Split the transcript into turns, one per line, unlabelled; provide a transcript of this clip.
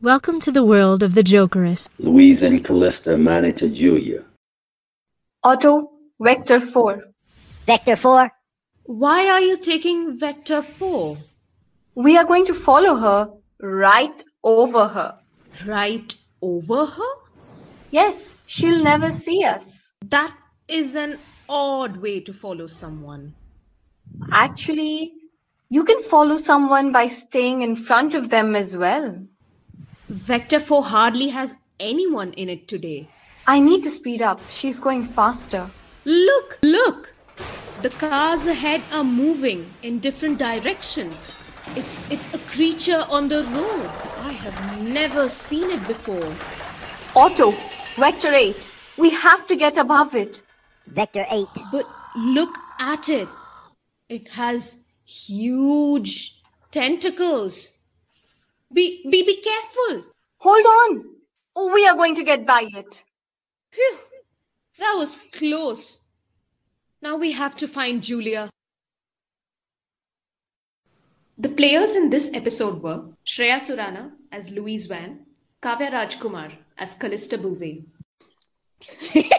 Welcome to the world of the Jokerist.
Louise and Callista monitor Julia.
Otto, Vector 4.
Vector 4,
Why are you taking vector 4?
We are going to follow her right over her.
Right over her?
Yes, she'll never see us.
That is an odd way to follow someone.
Actually, you can follow someone by staying in front of them as well.
Vector 4 hardly has anyone in it today.
I need to speed up. She's going faster.
Look, look! The cars ahead are moving in different directions. It's it's a creature on the road. I have never seen it before.
Otto, Vector 8. We have to get above it.
Vector 8,
But look at it. It has huge tentacles. Be be, be careful.
Hold on. Oh, we are going to get by it.
Phew, that was close. Now we have to find Julia. The players in this episode were Shreya Surana as Louise Van, Kavya Rajkumar as Callista Bouvet,